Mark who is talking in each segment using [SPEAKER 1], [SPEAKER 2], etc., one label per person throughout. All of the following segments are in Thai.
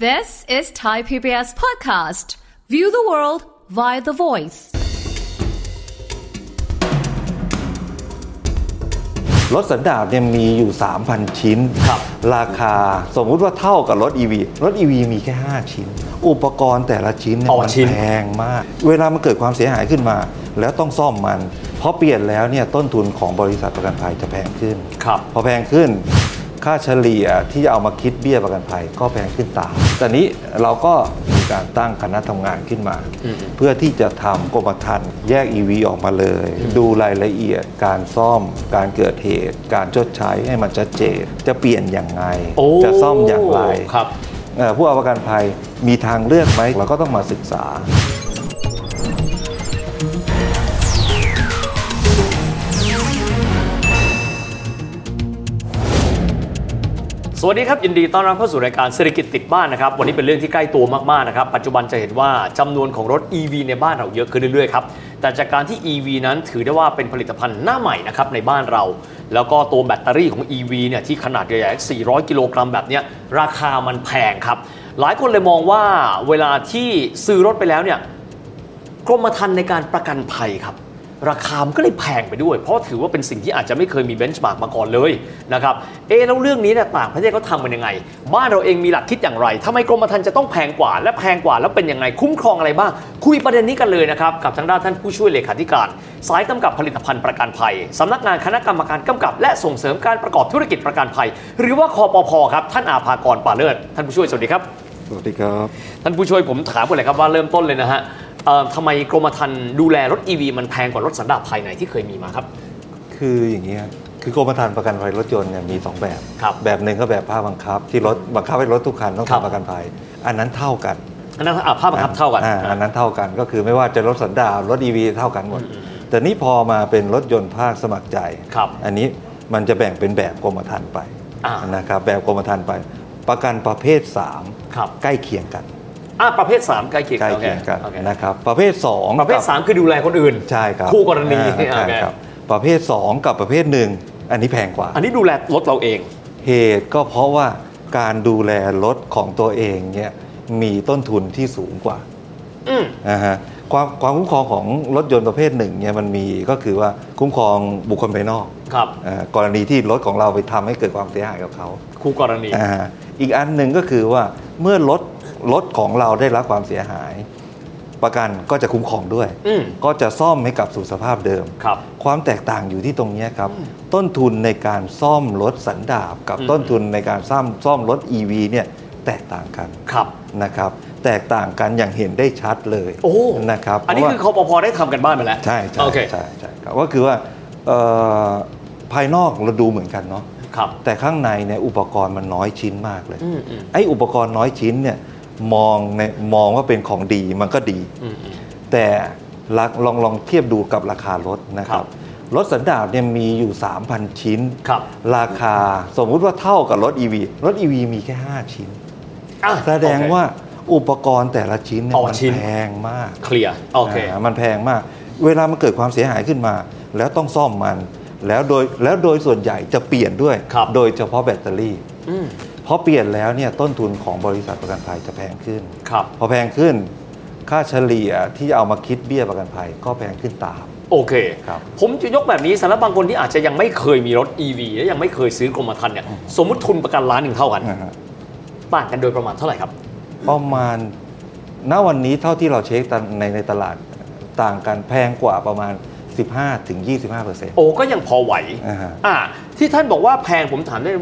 [SPEAKER 1] This is Thai PBS Podcast. View the world via the voice.
[SPEAKER 2] รถสันดาปเนี่ยมีอยู่ 3,000 ชิ้น
[SPEAKER 3] ครับ
[SPEAKER 2] ราคาสมมุติว่าเท่ากับรถ EV รถ EV มีแค่ 5 ชิ้น อุปกรณ์แต่ละชิ้นเนี่ย
[SPEAKER 3] ต่อ
[SPEAKER 2] มั
[SPEAKER 3] ชิ้น
[SPEAKER 2] แพงมาก เวลามันเกิดความเสียหายขึ้นมา แล้วต้องซ่อมมัน เพราะเปลี่ยนแล้วเนี่ยต้นทุนของบริษัทประกันภัยจะแพงขึ้น
[SPEAKER 3] ครับ
[SPEAKER 2] พอแพงขึ้น ค่าเฉลี่ยที่จะเอามาคิดเบี้ยประกันภัยก็แพงขึ้นตามตอนนี้เราก็มีการตั้งคณะทำงานขึ้นมา เพื่อที่จะทำกรมธรรม์แยก EV ออกมาเลย ดูรายละเอียดการซ่อม การเกิดเหตุ การชดใช้ให้มันชัดเจน จะเปลี่ยนอย่างไง
[SPEAKER 3] โอ้
[SPEAKER 2] จะซ่อมอย่างไร
[SPEAKER 3] ครับ
[SPEAKER 2] เอ่อผู้เอาประกันภัยมีทางเลือกไหมเราก็ต้องมาศึกษา
[SPEAKER 3] สวัสดีครับ ยินดีต้อนรับเข้าสู่รายการเศรษฐกิจติดบ้านนะครับ วันนี้เป็นเรื่องที่ใกล้ตัวมาก ๆ นะครับ ปัจจุบันจะเห็นว่าจำนวนของรถ EV ในบ้านเราเยอะขึ้นเรื่อย ๆ ครับ แต่จากการที่ EV นั้นถือได้ว่าเป็นผลิตภัณฑ์หน้าใหม่นะครับในบ้านเรา แล้วก็ตัวแบตเตอรี่ของ EV เนี่ยที่ขนาดใหญ่ๆ400 กิโลกรัมแบบเนี้ยราคามันแพงครับ หลายคนเลยมองว่าเวลาที่ซื้อรถไปแล้วเนี่ย กรมธรรม์ในการประกันภัยครับ ราคามันก็เลยแพงไปด้วย เพราะถือว่าเป็นสิ่งที่อาจจะไม่เคยมีเบนช์มาร์กมาก่อนเลยนะครับเอะแล้วเรื่องนี้เนี่ยต่างประเทศเขาทำกันยังไง บ้านเราเองมีหลักคิดอย่างไรทำไมกรมธรรม์จะต้องแพงกว่า และแพงกว่าแล้วเป็นยังไงคุ้มครองอะไรบ้าง คุยประเด็นนี้กันเลยนะครับ กับทางด้านท่านผู้ช่วยเลขาธิการ สายกำกับผลิตภัณฑ์ประกันภัยสำนักงานคณะกรรมการกำกับ และส่งเสริมการประกอบธุรกิจประกันภัย หรือว่าคอปพครับท่านอาภากรป่าเลิศท่านผู้ช่วยสวัสดีครับ
[SPEAKER 2] สวัสดีครับ
[SPEAKER 3] ท่านผู้ช่วยผมถามกันเลยครับว่าเริ่มต้นเลยนะฮะเอ่อทำไมกรมธรรม์ดูแลรถ EV มันแพงกว่ารถสันดาปภายในที่เคยมีมาครับ
[SPEAKER 2] คืออย่างนี้ยคือกรมธรรม์ประกันภัยรถยนต์เนี่ยมีสองแบบ
[SPEAKER 3] ครับ
[SPEAKER 2] แบบหนึ่งก็แบบภาคบังคับ ที่รถบังคับให้รถทุกคันต้อง
[SPEAKER 3] ครับ
[SPEAKER 2] ทำประกันภัย อันนั้นเท่ากัน
[SPEAKER 3] อันนั้นอ่ะภาพบังคับเท่ากัน
[SPEAKER 2] อ่อันนั้นเท่ากันก็คือไม่ว่าจะรถสันดาปรถ EV เท่ากันหมด แต่นี่พอมาเป็นรถยนต์ภาคสมัครใจ
[SPEAKER 3] ครับ
[SPEAKER 2] อันนี้มันจะแบ่งเป็นแบบกรมธรรม์ไป
[SPEAKER 3] อ่าน
[SPEAKER 2] นะครับแบบกรมธรรม์ไป ประกันประเภท
[SPEAKER 3] ครับ
[SPEAKER 2] 3 ใกล้เคียงกัน
[SPEAKER 3] อ่ะประเภท 3 ใกล้เคียง
[SPEAKER 2] ใก
[SPEAKER 3] น
[SPEAKER 2] ล้เคียงกัน
[SPEAKER 3] โอเค
[SPEAKER 2] นะครับประเภท2
[SPEAKER 3] ประเภท 3 คือดูแลคนอื่น
[SPEAKER 2] ใช่ครับ
[SPEAKER 3] คู่กรณี
[SPEAKER 2] อ่า
[SPEAKER 3] โอเค
[SPEAKER 2] ใช่ครับประเภท 2 กับประเภทหนึ่งอันนี้แพงกว่า
[SPEAKER 3] อันนี้ดูแลรถเราเอง
[SPEAKER 2] เหตุก็เพราะว่าการดูแลรถของตัวเองเนี่ยมีต้นทุนที่สูงกว่า
[SPEAKER 3] อืม
[SPEAKER 2] นะฮะความความคุ้มครองของรถยนต์ประเภทหนึ่งเนี่ยมันมีก็คือว่าคุ้มครองบุคคลภายนอก
[SPEAKER 3] ครับ
[SPEAKER 2] เอ่อกรณีที่รถของเราไปทำให้เกิดความเสียหายกับเขา
[SPEAKER 3] คู่กรณี
[SPEAKER 2] อ่าอีกอันหนึ่งก็คือว่าเมื่อรถรถของเราได้รับความเสียหาย ประกันก็จะคุ้มครองด้วย
[SPEAKER 3] อืม
[SPEAKER 2] ก็จะซ่อมให้กลับสู่สภาพเดิม
[SPEAKER 3] ครับ
[SPEAKER 2] ความแตกต่างอยู่ที่ตรงเนี้ยครับ ต้นทุนในการซ่อมรถสันดาบกับ
[SPEAKER 3] อืม
[SPEAKER 2] ต้นทุนในการซ่อมซ่อมรถ EV เนี่ยแตกต่างกัน
[SPEAKER 3] ครับ
[SPEAKER 2] นะครับ แตกต่างกันอย่างเห็นได้ชัดเลย
[SPEAKER 3] โอ้
[SPEAKER 2] นะครับ
[SPEAKER 3] อันนี้
[SPEAKER 2] เพ
[SPEAKER 3] คือ
[SPEAKER 2] ราะ
[SPEAKER 3] ค
[SPEAKER 2] ว่า
[SPEAKER 3] อปพได้ทำกันบ้านมาแล้ว
[SPEAKER 2] ใช่ใช่
[SPEAKER 3] โอเค
[SPEAKER 2] ใช่ใช่ครับก็คือว่าเอ่อภายนอกเราดูเหมือนกันเนาะ
[SPEAKER 3] ครับ
[SPEAKER 2] แต่ข้างในเนี่ยอุปกรณ์มันน้อยชิ้นมากเลย
[SPEAKER 3] อืมอืม
[SPEAKER 2] ไอ้อุปกรณ์น้อยชิ้นเนี่ยมองในมองว่าเป็นของดีมันก็ดี
[SPEAKER 3] อืมอืม
[SPEAKER 2] แต่ละลองลองเทียบดูกับราคารถนะค
[SPEAKER 3] ครั
[SPEAKER 2] รับบ รถสันดาปเนี่ยมีอยู่ 3,000 ชิ้น
[SPEAKER 3] ครับ
[SPEAKER 2] ราคาสมมุติว่าเท่ากับรถ EV รถ EV มีแค่ 5 ชิ้น
[SPEAKER 3] อ่ะ
[SPEAKER 2] แสดง
[SPEAKER 3] โอเค
[SPEAKER 2] ว่าอุปกรณ์แต่ละชิ้นเนี่ย
[SPEAKER 3] อ๋อ
[SPEAKER 2] มัน
[SPEAKER 3] ชิ้น
[SPEAKER 2] แพงมาก
[SPEAKER 3] เคลียร์โอเค
[SPEAKER 2] ามันแพงมาก เวลามันเกิดความเสียหายขึ้นมา แล้วต้องซ่อมมัน แล้วโดยแล้วโดยส่วนใหญ่จะเปลี่ยนด้วย
[SPEAKER 3] ครับ
[SPEAKER 2] โดยเฉพาะแบตเตอรี่
[SPEAKER 3] อืม
[SPEAKER 2] เพราะเปลี่ยนแล้วเนี่ยต้นทุนของบริษัทประกันภัยจะแพงขึ้น
[SPEAKER 3] ครับ
[SPEAKER 2] พอแพงขึ้น ค่าเฉลี่ยที่เอามาคิดเบี้ยประกันภัยก็แพงขึ้นตาม
[SPEAKER 3] โอเค
[SPEAKER 2] ครับ
[SPEAKER 3] ผมจะยกแบบนี้สำหรับบางคนที่อาจจะยังไม่เคยมีรถ EV และยังไม่เคยซื้อกรมธรรม์เนี่ยสมมติทุนประกันล้านหนึ่งเท่ากัน
[SPEAKER 2] นะฮะ
[SPEAKER 3] ต่างกันโดยประมาณเท่าไหร่ครับ
[SPEAKER 2] ประมาณ ณ วันนี้เท่าที่เราเช็คตามในในตลาดต่างกันแพงกว่าประมาณ 15-25%ถึง25%เปอร์เซ็นต์
[SPEAKER 3] โอ้ก็ยังพอไหว
[SPEAKER 2] อ่าฮะ
[SPEAKER 3] อ่าที่ท่านบอกว่าแพงผมถามได้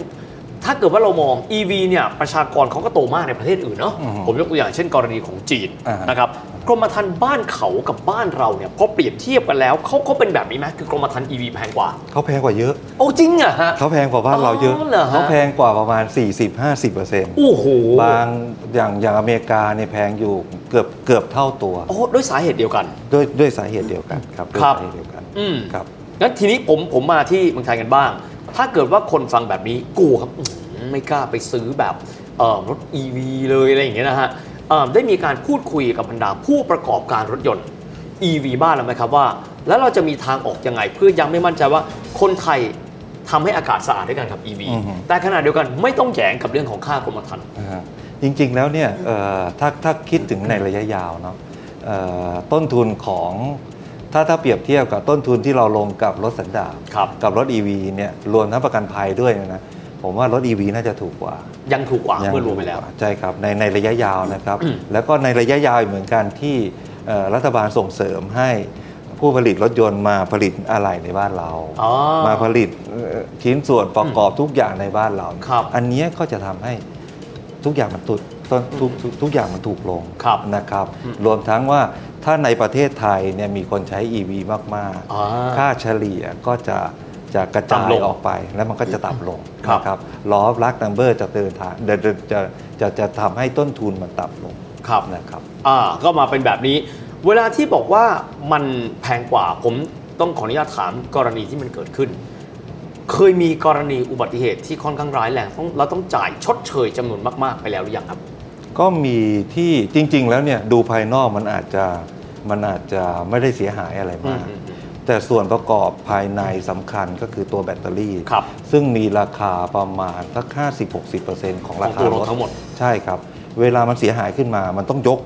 [SPEAKER 3] ถ้าเกิดว่าเรามอง EV เนี่ยประชากรเขาก็โตมากในประเทศอื่นเนาะผมยกตัวอย่างเช่นกรณีของจีน
[SPEAKER 2] อ่าฮะ
[SPEAKER 3] นะครับกรมธรรม์บ้านเขากับบ้านเราเนี่ยพอเปรียบเทียบกันแล้วเขาเขาเป็นแบบนี้ไหมคือกรมธรรม์ EV แพงกว่า
[SPEAKER 2] เขาแพงกว่าเยอะ
[SPEAKER 3] โอ้จริงอะฮะ
[SPEAKER 2] เขาแพงกว่าบ้านเราเยอะ
[SPEAKER 3] อ๋อเหรอฮะ
[SPEAKER 2] เขาแพงกว่าประมาณ 40-50%เปอร์เซ็นต์
[SPEAKER 3] โอ้โห
[SPEAKER 2] บางอย่างอย่างอเมริกาเนี่ยแพงอยู่เกือบเกือบเท่าตัว
[SPEAKER 3] โอ้ด้วยสาเหตุเดียวกัน
[SPEAKER 2] ด้วยด้วยสาเหตุเดียวกันครับด้วย
[SPEAKER 3] ครับ
[SPEAKER 2] สาเหตุเดียวกัน
[SPEAKER 3] อืม
[SPEAKER 2] ครับ
[SPEAKER 3] งั้นทีนี้ผมผมมาที่เมืองไทยกันบ้าง ถ้าเกิดว่าคนฟังแบบนี้กูครับอื้อหือไม่กล้าไปซื้อแบบเอ่อรถ E ีวีเลยอะไรอย่างเงี้ยนะฮะเอ่อได้มีการพูดคุยกับบรรดาผู้ประกอบการรถยนต์ EV บ้านแล้วไหมครับว่า แล้วเราจะมีทางออกยังไง เพื่อยังไม่มั่นใจว่าคนไทยทำให้อากาศสะอาดด้วยกันกับ EV
[SPEAKER 2] อือฮึ
[SPEAKER 3] แต่ขณะเดียวกันไม่ต้องแหยงกับเรื่องของค่ากรมธรรม์
[SPEAKER 2] นะฮะ จริงๆแล้วเนี่ยเอ่อถ้าถ้าคิดถึงในระยะยาวเนาะเอ่อต้นทุนของถ้าถ้าเปรียบเทียบกับต้นทุนที่เราลงกับรถสันดาป
[SPEAKER 3] ครับ
[SPEAKER 2] กับรถ EV เนี่ยรวมทั้งประกันภัยด้วยเนี่ยนะผมว่ารถ EV น่าจะถูกกว่า
[SPEAKER 3] ยังถูกกว่า
[SPEAKER 2] ยัง
[SPEAKER 3] เมื่อรวมไปแล้ว
[SPEAKER 2] ใช่ครับในในระยะยาวนะครับ แล้วก็ในระยะยาวเหมือนกันที่เอ่อรัฐบาลส่งเสริมให้ผู้ผลิตรถยนต์มาผลิตอะไรในบ้านเรา
[SPEAKER 3] อ๋อ
[SPEAKER 2] มาผลิตเอ่อชิ้นส่วนประกอบทุกอย่างในบ้านเรา
[SPEAKER 3] ครับ
[SPEAKER 2] อันเนี้ยก็จะทำให้ทุกอย่างมันตุดต้นทุกทุกทุกอย่างมันถูกลง
[SPEAKER 3] ครับ
[SPEAKER 2] นะครับ รวมทั้งว่าถ้าในประเทศไทยเนี่ยมีคนใช้ EV มาก
[SPEAKER 3] อ่า
[SPEAKER 2] ๆ ค่าเฉลี่ยก็จะจะกระจาย
[SPEAKER 3] ต่ำลง
[SPEAKER 2] ออกไปแล้วมันก็จะต่ำลง
[SPEAKER 3] ครับ
[SPEAKER 2] นะ ล้อลักนัมเบอร์จะเดินทางเดินจะจะจะจะทำให้ต้นทุนมันต่ำลง
[SPEAKER 3] ครับ
[SPEAKER 2] นะครับ
[SPEAKER 3] อ่าก็มาเป็นแบบนี้ เวลาที่บอกว่ามันแพงกว่าผมต้องขออนุญาตถามกรณีที่มันเกิดขึ้น เคยมีกรณีอุบัติเหตุที่ค่อนข้างร้ายแรงต้องเราต้องจ่ายชดเชยจำนวนมากๆไปแล้วหรือยังครับ
[SPEAKER 2] ก็มีที่จริง ๆ แล้วเนี่ยดูภายนอกมันอาจจะมันอาจจะไม่ได้เสียหายอะไรมาก
[SPEAKER 3] อืมอืม
[SPEAKER 2] แต่ส่วนประกอบภายในสำคัญก็คือตัวแบตเตอรี่
[SPEAKER 3] ครับ
[SPEAKER 2] ซึ่งมีราคาประมาณสัก50-60%ของรา
[SPEAKER 3] ของตั
[SPEAKER 2] คาว ร
[SPEAKER 3] รถ
[SPEAKER 2] ถ
[SPEAKER 3] ทั้งหมด
[SPEAKER 2] ใช่ครับ เวลามันเสียหายขึ้นมามันต้องยก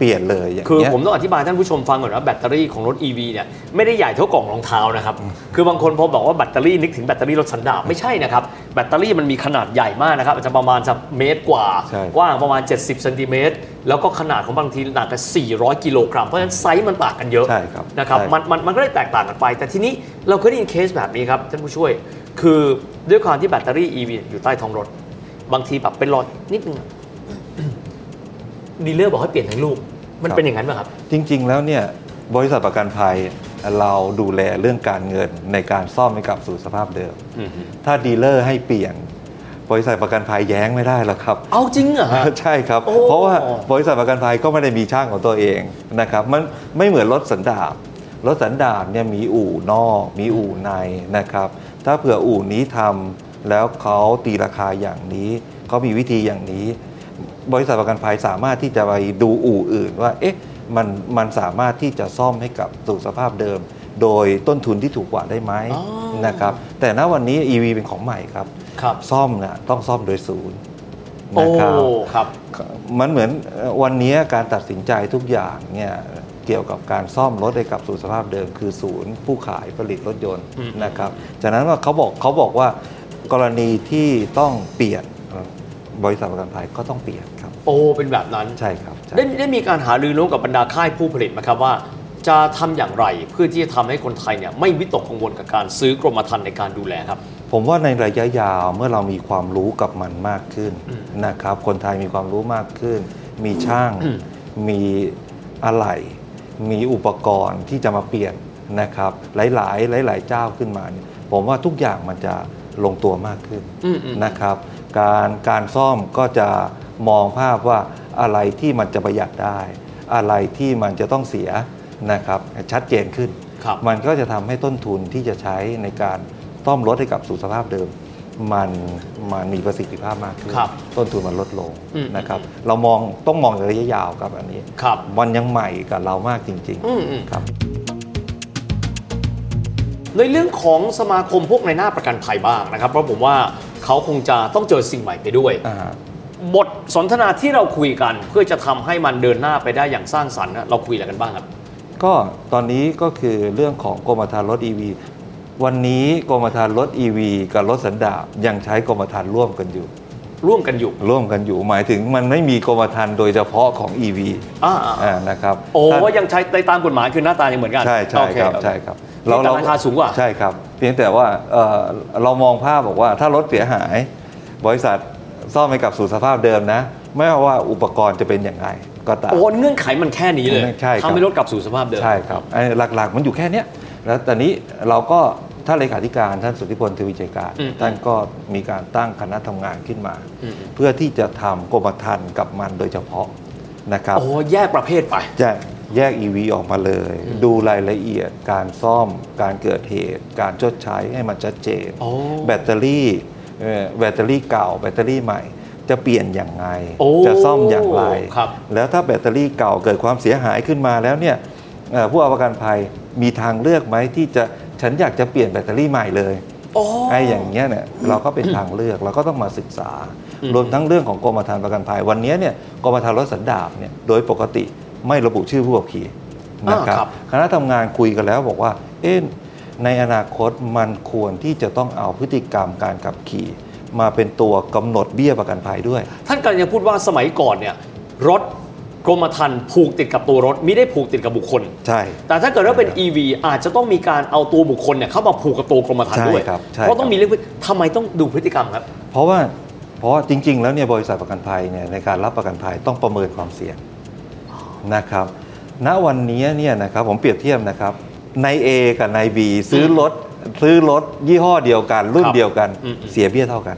[SPEAKER 2] เปลี่ยนเลยอย่าง
[SPEAKER 3] คือ
[SPEAKER 2] เงี้ย
[SPEAKER 3] ผมต้องอธิบายท่านผู้ชมฟังก่อนว่าแบตเตอรี่ของรถ EV เนี่ยไม่ได้ใหญ่เท่ากล่องรองเท้านะครับ คือบางคนพอบอกว่าแบตเตอรี่นึกถึงแบตเตอรี่รถสันดาปไม่ใช่นะครับ แบตเตอรี่มันมีขนาดใหญ่มากนะครับอาจจะประมาณสักเมตรกว่า
[SPEAKER 2] ใช่
[SPEAKER 3] กว้างประมาณ 70ซนติเมตรแล้วก็ขนาดของบางทีหนักกัน400 กิโลกรัมเพราะฉะนั้นไซส์มันต่างกันเยอะ
[SPEAKER 2] ใช่ครับ
[SPEAKER 3] นะครับ
[SPEAKER 2] ใช่
[SPEAKER 3] มันมันมันก็ได้แตกต่างกันไป แต่ทีนี้เราเคยได้ยินเคสแบบนี้ครับ ท่านผู้ช่วย คือด้วยความที่แบตเตอรี่ EV อยู่ใต้ท้องรถ บางทีแบบเป็นรอยนิดนึงอะ ดีลเลอร์บอกให้เปลี่ยนทั้งลูก มันเป็นอย่างนั้นไหมครับ
[SPEAKER 2] จริง ๆ แล้วเนี่ยบริษัทประกันภัยเราดูแลเรื่องการเงินในการซ่อมให้กลับสู่สภาพเดิม ถ้าดีลเลอร์ให้เปลี่ยน บริษัทประกันภัยแย้งไม่ได้หรอกครับ
[SPEAKER 3] เอาจริงเหรอฮะ
[SPEAKER 2] ใช่ครับ
[SPEAKER 3] โอ้
[SPEAKER 2] เพราะว่าบริษัทประกันภัยก็ไม่ได้มีช่างของตัวเองนะครับมันไม่เหมือนรถสันดาปรถสันดาปเนี่ยมีอู่นอก มีอู่ในนะครับ ถ้าเผื่ออู่นี้ทำแล้วเขาตีราคาอย่างนี้เขามีวิธีอย่างนี้ บริษัทประกันภัยสามารถที่จะไปดูอู่อื่นว่าเอ๊ะมันมันสามารถที่จะซ่อมให้กลับสู่สภาพเดิม โดยต้นทุนที่ถูกกว่าได้ไหม
[SPEAKER 3] อ๋อ
[SPEAKER 2] นะครับแต่ณวันนี้ EV เป็นของใหม่ครับ
[SPEAKER 3] ครับ
[SPEAKER 2] ซ่อมนะต้องซ่อมโดยศูนย์
[SPEAKER 3] โอ้
[SPEAKER 2] นะครับ
[SPEAKER 3] ครับ
[SPEAKER 2] มันเหมือนเอ่อวันนี้การตัดสินใจทุกอย่างเนี่ยเกี่ยวกับการซ่อมรถให้กลับสู่สภาพเดิม คือศูนย์ผู้ขายผลิตรถยนต์
[SPEAKER 3] อืม
[SPEAKER 2] นะครับจากนั้นว่าเขาบอกเขาบอกว่ากรณีที่ต้องเปลี่ยนบริษัทประกันภัยก็ต้องเปลี่ยนครับ
[SPEAKER 3] โอ้ เป็นแบบนั้น
[SPEAKER 2] ใช่ครับใช่
[SPEAKER 3] ได้ได้มีการหารือร่วมกับบรรดาค่ายผู้ผลิตไหมครับว่า จะทำอย่างไรเพื่อที่จะทำให้คนไทยเนี่ยไม่วิตกกังวลกับการซื้อกรมธรรม์ในการดูแลครับ
[SPEAKER 2] ผมว่าในระยะยาวเมื่อเรามีความรู้กับมันมากขึ้นนะครับ คนไทยมีความรู้มากขึ้น มีช่าง มีอะไหล่ มีอุปกรณ์ที่จะมาเปลี่ยนนะครับ หลาย ๆ หลาย ๆ เจ้าขึ้นมาเนี่ยผมว่าทุกอย่างมันจะลงตัวมากขึ้น
[SPEAKER 3] อืมอืม
[SPEAKER 2] นะครับ การการซ่อมก็จะมองภาพว่าอะไรที่มันจะประหยัดได้ อะไรที่มันจะต้องเสียนะครับ ชัดเจนขึ้น
[SPEAKER 3] ครับ
[SPEAKER 2] มันก็จะทำให้ต้นทุนที่จะใช้ในการต้อมรถให้กลับสู่สภาพเดิม มันมันมีประสิทธิภาพมากขึ้น
[SPEAKER 3] ครับ
[SPEAKER 2] ต้นทุนมันลดลง
[SPEAKER 3] อืม
[SPEAKER 2] นะครับ เรามองต้องมองระยะยาวครับอันนี้
[SPEAKER 3] ครับ
[SPEAKER 2] มันยังใหม่กับเรามากจริง
[SPEAKER 3] อืมอืม
[SPEAKER 2] ครับ
[SPEAKER 3] ในเรื่องของสมาคมพวกในหน้าประกันภัยบ้างนะครับ เพราะผมว่าเขาคงจะต้องเจอสิ่งใหม่ไปด้วย
[SPEAKER 2] อ่า
[SPEAKER 3] บทสนทนาที่เราคุยกัน เพื่อจะทำให้มันเดินหน้าไปได้อย่างสร้างสรรค์นะเราคุยอะไรกันบ้างครับ
[SPEAKER 2] ก็ตอนนี้ก็คือเรื่องของกรมธรรม์รถ EV วันนี้กรมธรรม์รถ EV กับรถสันดาปยังใช้กรมธรรม์ร่วมกันอยู่
[SPEAKER 3] ร่วมกันอยู่
[SPEAKER 2] ร่วมกันอยู่ หมายถึงมันไม่มีกรมธรรม์โดยเฉพาะของ EV
[SPEAKER 3] อ่าอ่า
[SPEAKER 2] อ่านะครับ
[SPEAKER 3] โอ้
[SPEAKER 2] ถ้า
[SPEAKER 3] ยังใช้ในตามกฎหมายคือหน้าตายังเหมือนกัน
[SPEAKER 2] ใช่ใช่
[SPEAKER 3] โอเ
[SPEAKER 2] ครับใช่ครับ
[SPEAKER 3] แต่ราคาสูงกว่า
[SPEAKER 2] ใช่ครับ เพียงแต่ว่าเอ่อเรามองภาพบอกว่าถ้ารถเสียหาย บริษัทซ่อมให้กลับสู่สภาพเดิมนะ ไม่ว่าอุปกรณ์จะเป็นอย่างไรก็ตาม
[SPEAKER 3] โอ้เงื่อนไขมันแค่นี้เลย
[SPEAKER 2] ใช่ครับ
[SPEAKER 3] ทำให้รถกลับสู่สภาพเดิม
[SPEAKER 2] ใช่ครับไอ้หลักๆ มันอยู่แค่เนี้ยแล้วตอนนี้เราก็ท่านเลขาธิการท่านสุทธิพลทวีชัยการ
[SPEAKER 3] อืม
[SPEAKER 2] ท่านก็มีการตั้งคณะทำงานขึ้นมา
[SPEAKER 3] อืม
[SPEAKER 2] เพื่อที่จะทำกรมธรรม์กับมันโดยเฉพาะนะครับ
[SPEAKER 3] โอ้แยกประเภทไป
[SPEAKER 2] จะแยก EV ออกมาเลย ดูรายละเอียดการซ่อม การเกิดเหตุ การชดใช้ให้มันชัดเจน
[SPEAKER 3] โอ้
[SPEAKER 2] แบตเตอรี่เอ่อแบตเตอรี่เก่า แบตเตอรี่ใหม่ จะเปลี่ยนอย่างไร
[SPEAKER 3] โอ้
[SPEAKER 2] จะซ่อมอย่างไร
[SPEAKER 3] ครับ
[SPEAKER 2] แล้วถ้าแบตเตอรี่เก่าเกิดความเสียหายขึ้นมาแล้วเนี่ยเอ่อผู้เอาประกันภัยมีทางเลือกไหมที่จะฉันอยากจะเปลี่ยนแบตเตอรี่ใหม่เลย
[SPEAKER 3] โอ้
[SPEAKER 2] ไอ้อย่างเงี้ยเนี่ยเราก็เป็นทางเลือกเราก็ต้องมาศึกษา รวมทั้งเรื่องของกรมธรรม์ประกันภัยวันนี้เนี่ยกรมธรรม์รถสันดาปเนี่ยโดยปกติไม่ระบุชื่อผู้ขับขี่นะครั
[SPEAKER 3] อ่าครับ บ
[SPEAKER 2] คณะทำงานคุยกันแล้วบอกว่า เอ๊ะในอนาคตมันควรที่จะต้องเอาพฤติกรรมการขับขี่ มาเป็นตัวกำหนดเบี้ยประกันภัยด้วย
[SPEAKER 3] ท่านกำลังจะพูดว่าสมัยก่อนเนี่ยรถกรมธรรม์ผูกติดกับตัวรถไม่ได้ผูกติดกับบุคคล
[SPEAKER 2] ใช่
[SPEAKER 3] แต่ถ้าเกิดว่าเป็น EV อาจจะต้องมีการเอาตัวบุคคลเนี่ยเข้ามาผูกกับตัวกรมธรรม์ด้วย
[SPEAKER 2] ใช่ครับใช่
[SPEAKER 3] เพราะ
[SPEAKER 2] ค
[SPEAKER 3] ต้อ
[SPEAKER 2] รั
[SPEAKER 3] ง
[SPEAKER 2] บ
[SPEAKER 3] มีเรื่องพฤติทำไมต้องดูพฤติกรรมครับ
[SPEAKER 2] เพราะว่าเพราะจริง ๆ แล้วเนี่ยบริษัทประกันภัยเนี่ยในการรับประกันภัยต้องประเมินความเสี่ยงนะครับ ณวันนี้เนี่ยนะครับผมเปรียบเทียบนะครับนาย A กับนาย B ซื้อรถซื้อรถยี่ห้อเดียวกัน รุ่น
[SPEAKER 3] ครับ
[SPEAKER 2] เดียวกัน
[SPEAKER 3] อืมๆ
[SPEAKER 2] เสียเบี้ยเท่ากัน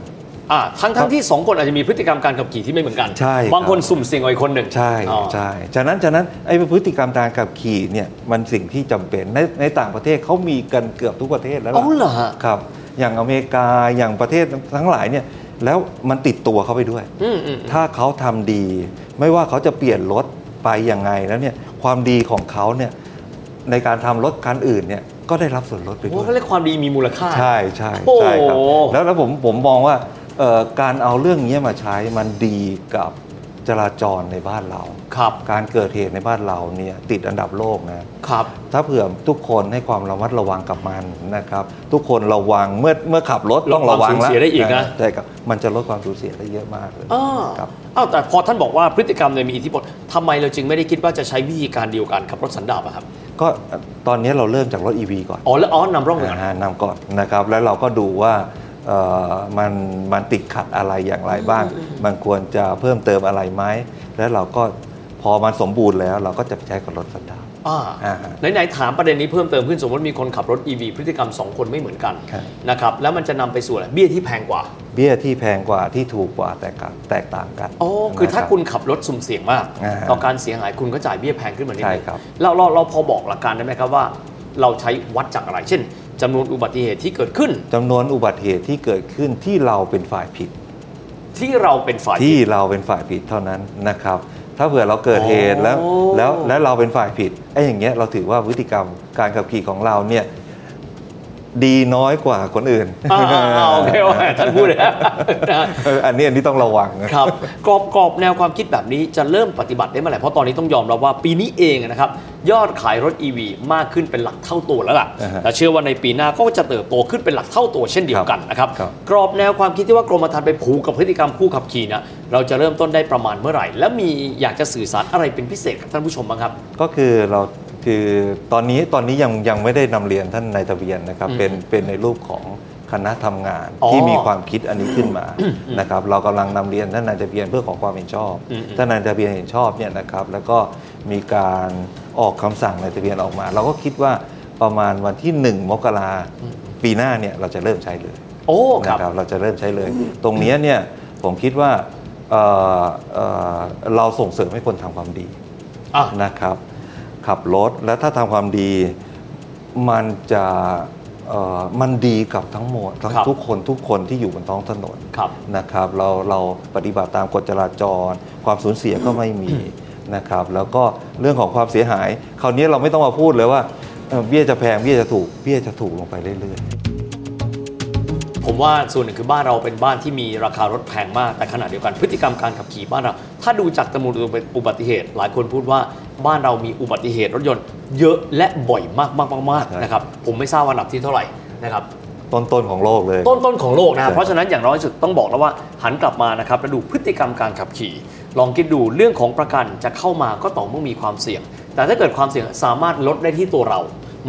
[SPEAKER 3] อ่าทั้งทั้งที่ 2 คนอาจจะมีพฤติกรรมการขับขี่ที่ไม่เหมือนกัน
[SPEAKER 2] ใช่ครับ
[SPEAKER 3] บางคนสุ่มเสี่ยงกว่าอีกคนหนึ่ง
[SPEAKER 2] ใช่
[SPEAKER 3] อ๋อ
[SPEAKER 2] ใช่ฉะนั้นฉะนั้นไอ้พฤติกรรมทางขับขี่เนี่ยมันสิ่งที่จำเป็นในในต่างประเทศเขามีกันเกือบทุกประเทศแล้วล่ะ
[SPEAKER 3] อ๋อเหรอฮะ
[SPEAKER 2] ครับ อย่างอเมริกาอย่างประเทศทั้งหลายเนี่ยแล้วมันติดตัวเข้าไปด้วย
[SPEAKER 3] อืมอืม
[SPEAKER 2] ถ้าเขาทำดี ไม่ว่าเขาจะเปลี่ยนรถไปยังไงแล้วเนี่ยความดีของเขาเนี่ยในการทำรถคันอื่นเนี่ยก็ได้รับส่วนลดไปด้
[SPEAKER 3] โอ้
[SPEAKER 2] วย
[SPEAKER 3] เขาเรียกความดีมีมูลค่า
[SPEAKER 2] ใช่ใช่
[SPEAKER 3] โอ้โห
[SPEAKER 2] ใช่ครับแล้วแล้วผมผมมองว่าเอ่อการเอาเรื่องนี้มาใช้มันดีกับจราจรในบ้านเรา
[SPEAKER 3] ครับ
[SPEAKER 2] การเกิดเหตุในบ้านเราเนี่ยติดอันดับโลกนะ
[SPEAKER 3] ครับ
[SPEAKER 2] ถ้าเผื่อทุกคนให้ความระมัดระวังกับมันนะครับ ทุกคนระวังเมื่อเมื่อขับรถต้องระวัง
[SPEAKER 3] ดคาม
[SPEAKER 2] แล้
[SPEAKER 3] สูญ
[SPEAKER 2] ว
[SPEAKER 3] เสียได้อีกนะ
[SPEAKER 2] ใช่ครับมันจะลดความสูญเสียได้เยอะมากเลย
[SPEAKER 3] อ้า
[SPEAKER 2] ครับ
[SPEAKER 3] อ้าวแต่พอท่านบอกว่าพฤติกรรมเนี่ยมีอิทธิพลทำไมเราจึงไม่ได้คิดว่าจะใช้วิธีการเดียวกันกับรถสันดาปอะครับ
[SPEAKER 2] ก็ตอนนี้เราเริ่มจากรถ EV ก่อน
[SPEAKER 3] อ๋อแล้วอ๋อนำร่องก่อน
[SPEAKER 2] นะฮะนำก่อนนะครับ แล้วเราก็ดูว่าเอ่อมันมันติดขัดอะไรอย่างไรบ้าง มันควรจะเพิ่มเติมอะไรไหมแล้วเราก็พอมันสมบูรณ์แล้ว เราก็จะไปใช้กับรถสันดาป
[SPEAKER 3] อ่า
[SPEAKER 2] อ่าฮะ
[SPEAKER 3] ไหนๆถามประเด็นนี้เพิ่มเติมขึ้นสมมติมีคนขับรถ EV พฤติกรรม 2 คนไม่เหมือนกัน
[SPEAKER 2] ครับ
[SPEAKER 3] นะครับแล้วมันจะนำไปสู่อะไรเบี้ยที่แพงกว่า
[SPEAKER 2] เบี้ยที่แพงกว่าที่ถูกกว่าแตกต่างแตกต่างกัน
[SPEAKER 3] อ๋อคือถ้า
[SPEAKER 2] นะรับ
[SPEAKER 3] คุณขับรถสุ่มเสี่ยงมาก
[SPEAKER 2] อ่าฮะ
[SPEAKER 3] ต่อการเสียหายคุณก็จ่ายเบี้ยแพงขึ้นมานิด
[SPEAKER 2] ใช่
[SPEAKER 3] นึง
[SPEAKER 2] ครับ
[SPEAKER 3] เราเราเราพอบอกหลักการได้ไหมครับว่า เราใช้วัดจากอะไร เช่นจำนวนอุบัติเหตุที่เกิดขึ้น
[SPEAKER 2] จำนวนอุบัติเหตุที่เกิดขึ้นที่เราเป็นฝ่ายผิด
[SPEAKER 3] ที่เราเป็นฝ่าย
[SPEAKER 2] ที่
[SPEAKER 3] ผิด
[SPEAKER 2] เราเป็นฝ่ายผิดเท่านั้นนะครับ ถ้าเผื่อเราเกิดเหตุแล้ว
[SPEAKER 3] โอ้
[SPEAKER 2] แล้วและเราเป็นฝ่ายผิดไอ้อย่างเงี้ยเราถือว่าพฤติกรรมการขับขี่ของเราเนี่ยดีน้อยกว่าคนอื่น
[SPEAKER 3] อ่าอ่าอ่าโอเคโอเคท่านพูดเลยนะ
[SPEAKER 2] เอ ออันนี้อันนี้ต้องระวังนะครับ
[SPEAKER 3] กรอบกรอบแนวความคิดแบบนี้จะเริ่มปฏิบัติได้เมื่อไหร่เพราะตอนนี้ต้องยอมรับว่าปีนี้เองนะครับ ยอดขายรถ EV มากขึ้นเป็นหลักเท่าตัวแล้วล่ะ
[SPEAKER 2] าฮะ
[SPEAKER 3] แต่เชื่อว่าในปีหน้าก็จะเติบโตขึ้นเป็นหลักเท่าตัวเช่นเดียวกันนะครับ
[SPEAKER 2] ครับ
[SPEAKER 3] กรอบแนวความคิดที่ว่ากรมธรรม์ไปผูกกับพฤติกรรมผู้ขับขี่นะเราจะเริ่มต้นได้ประมาณเมื่อไหร่ และมีอยากจะสื่อสารอะไรเป็นพิเศษกับท่านผู้ชมบ้างครับ
[SPEAKER 2] ก็คือเราคือตอนนี้ตอนนี้ยังยังไม่ได้นำเรียนท่านนายทะเบียนนะครับ
[SPEAKER 3] อืม
[SPEAKER 2] เป็นเป็นในรูปของคณะทำงาน
[SPEAKER 3] อ๋อ
[SPEAKER 2] ที่มีความคิดอันนี้ขึ้นมานะครับเรากำลังนำเรียนท่านนายทะเบียนเพื่อขอความเห็นชอบ
[SPEAKER 3] อืมอืม
[SPEAKER 2] ท่านนายทะเบียนเห็นชอบเนี่ยนะครับแล้วก็มีการออกคำสั่งนายทะเบียนออกมา เราก็คิดว่าประมาณวันที่ 1 มกราปีหน้าเนี่ยเราจะเริ่มใช้เลย
[SPEAKER 3] โอ้
[SPEAKER 2] นะ
[SPEAKER 3] ครับ
[SPEAKER 2] ครับเราจะเริ่มใช้เลย ตรงเนี้ยเนี่ยผมคิดว่าเอ่อเอ่อเราส่งเสริมให้คนทำความดี
[SPEAKER 3] อ่ะ
[SPEAKER 2] นะครับ ขับรถและถ้าทำความดีมันจะเอ่อมันดีกับทั้งหมดทั้งทุกคนทุกคนที่อยู่บนท้องถนน
[SPEAKER 3] ครับ
[SPEAKER 2] นะครับเราเราปฏิบัติตามกฎจราจร ความสูญเสียก็ไม่มีนะครับ แล้วก็เรื่องของความเสียหาย คราวนี้เราไม่ต้องมาพูดเลยว่าเอ่อเบี้ยจะแพงเบี้ยจะถูกเบี้ยจะถูกลงไปเรื่อย
[SPEAKER 3] ผมว่าส่วนหนึ่งคือบ้านเราเป็นบ้านที่มีราคารถแพงมากแต่ขณะเดียวกันพฤติกรรมการขับขี่บ้านเรา ถ้าดูจากจำนวนอุบัติเหตุ หลายคนพูดว่าบ้านเรามีอุบัติเหตุรถยนต์เยอะและบ่อยมากมากมากๆ
[SPEAKER 2] ใช่
[SPEAKER 3] นะครับผมไม่ทราบว่าอันดับที่เท่าไหร่นะครับ
[SPEAKER 2] ๆ ต้นต้นของโลกเลย
[SPEAKER 3] ต้นต้นของโลกนะครับ
[SPEAKER 2] ใช่
[SPEAKER 3] เพราะฉะนั้นอย่างน้อยที่สุดต้องบอกแล้วว่าหันกลับมานะครับแล้วดูพฤติกรรมการขับขี่ ลองคิดดูเรื่องของประกันจะเข้ามาก็ต่อเมื่อมีความเสี่ยง แต่ถ้าเกิดความเสี่ยงสามารถลดได้ที่ตัวเรา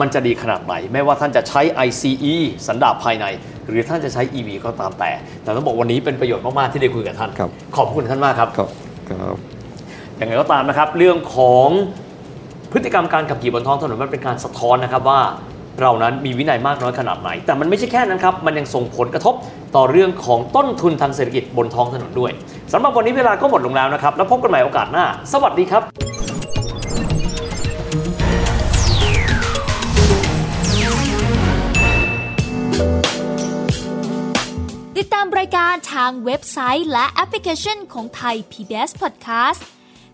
[SPEAKER 3] มันจะดีขนาดไหนไม่ว่าท่านจะใช้ ICE สันดาปภายใน หรือท่านจะใช้ EV ก็ตามแต่ แต่ต้องบอกวันนี้เป็นประโยชน์มาก ๆ ที่ได้คุยกับท่าน
[SPEAKER 2] ครับ
[SPEAKER 3] ขอบคุณท่านมากครับ
[SPEAKER 2] ครับครับ
[SPEAKER 3] อย่างไรก็ตามนะครับ เรื่องของพฤติกรรมการขับขี่บนท้องถนนมันเป็นการสะท้อนนะครับว่า เรานั้นมีวินัยมากน้อยขนาดไหน แต่มันไม่ใช่แค่นั้นครับ มันยังส่งผลกระทบต่อเรื่องของต้นทุนทางเศรษฐกิจบนท้องถนนด้วยสำหรับวันนี้เวลาก็หมดลงแล้วนะครับ แล้วพบกันใหม่โอกาสหน้า สวัสดีครับ
[SPEAKER 4] ติดตามรายการทางเว็บไซต์และแอปพลิเคชันของไทย PBS Podcast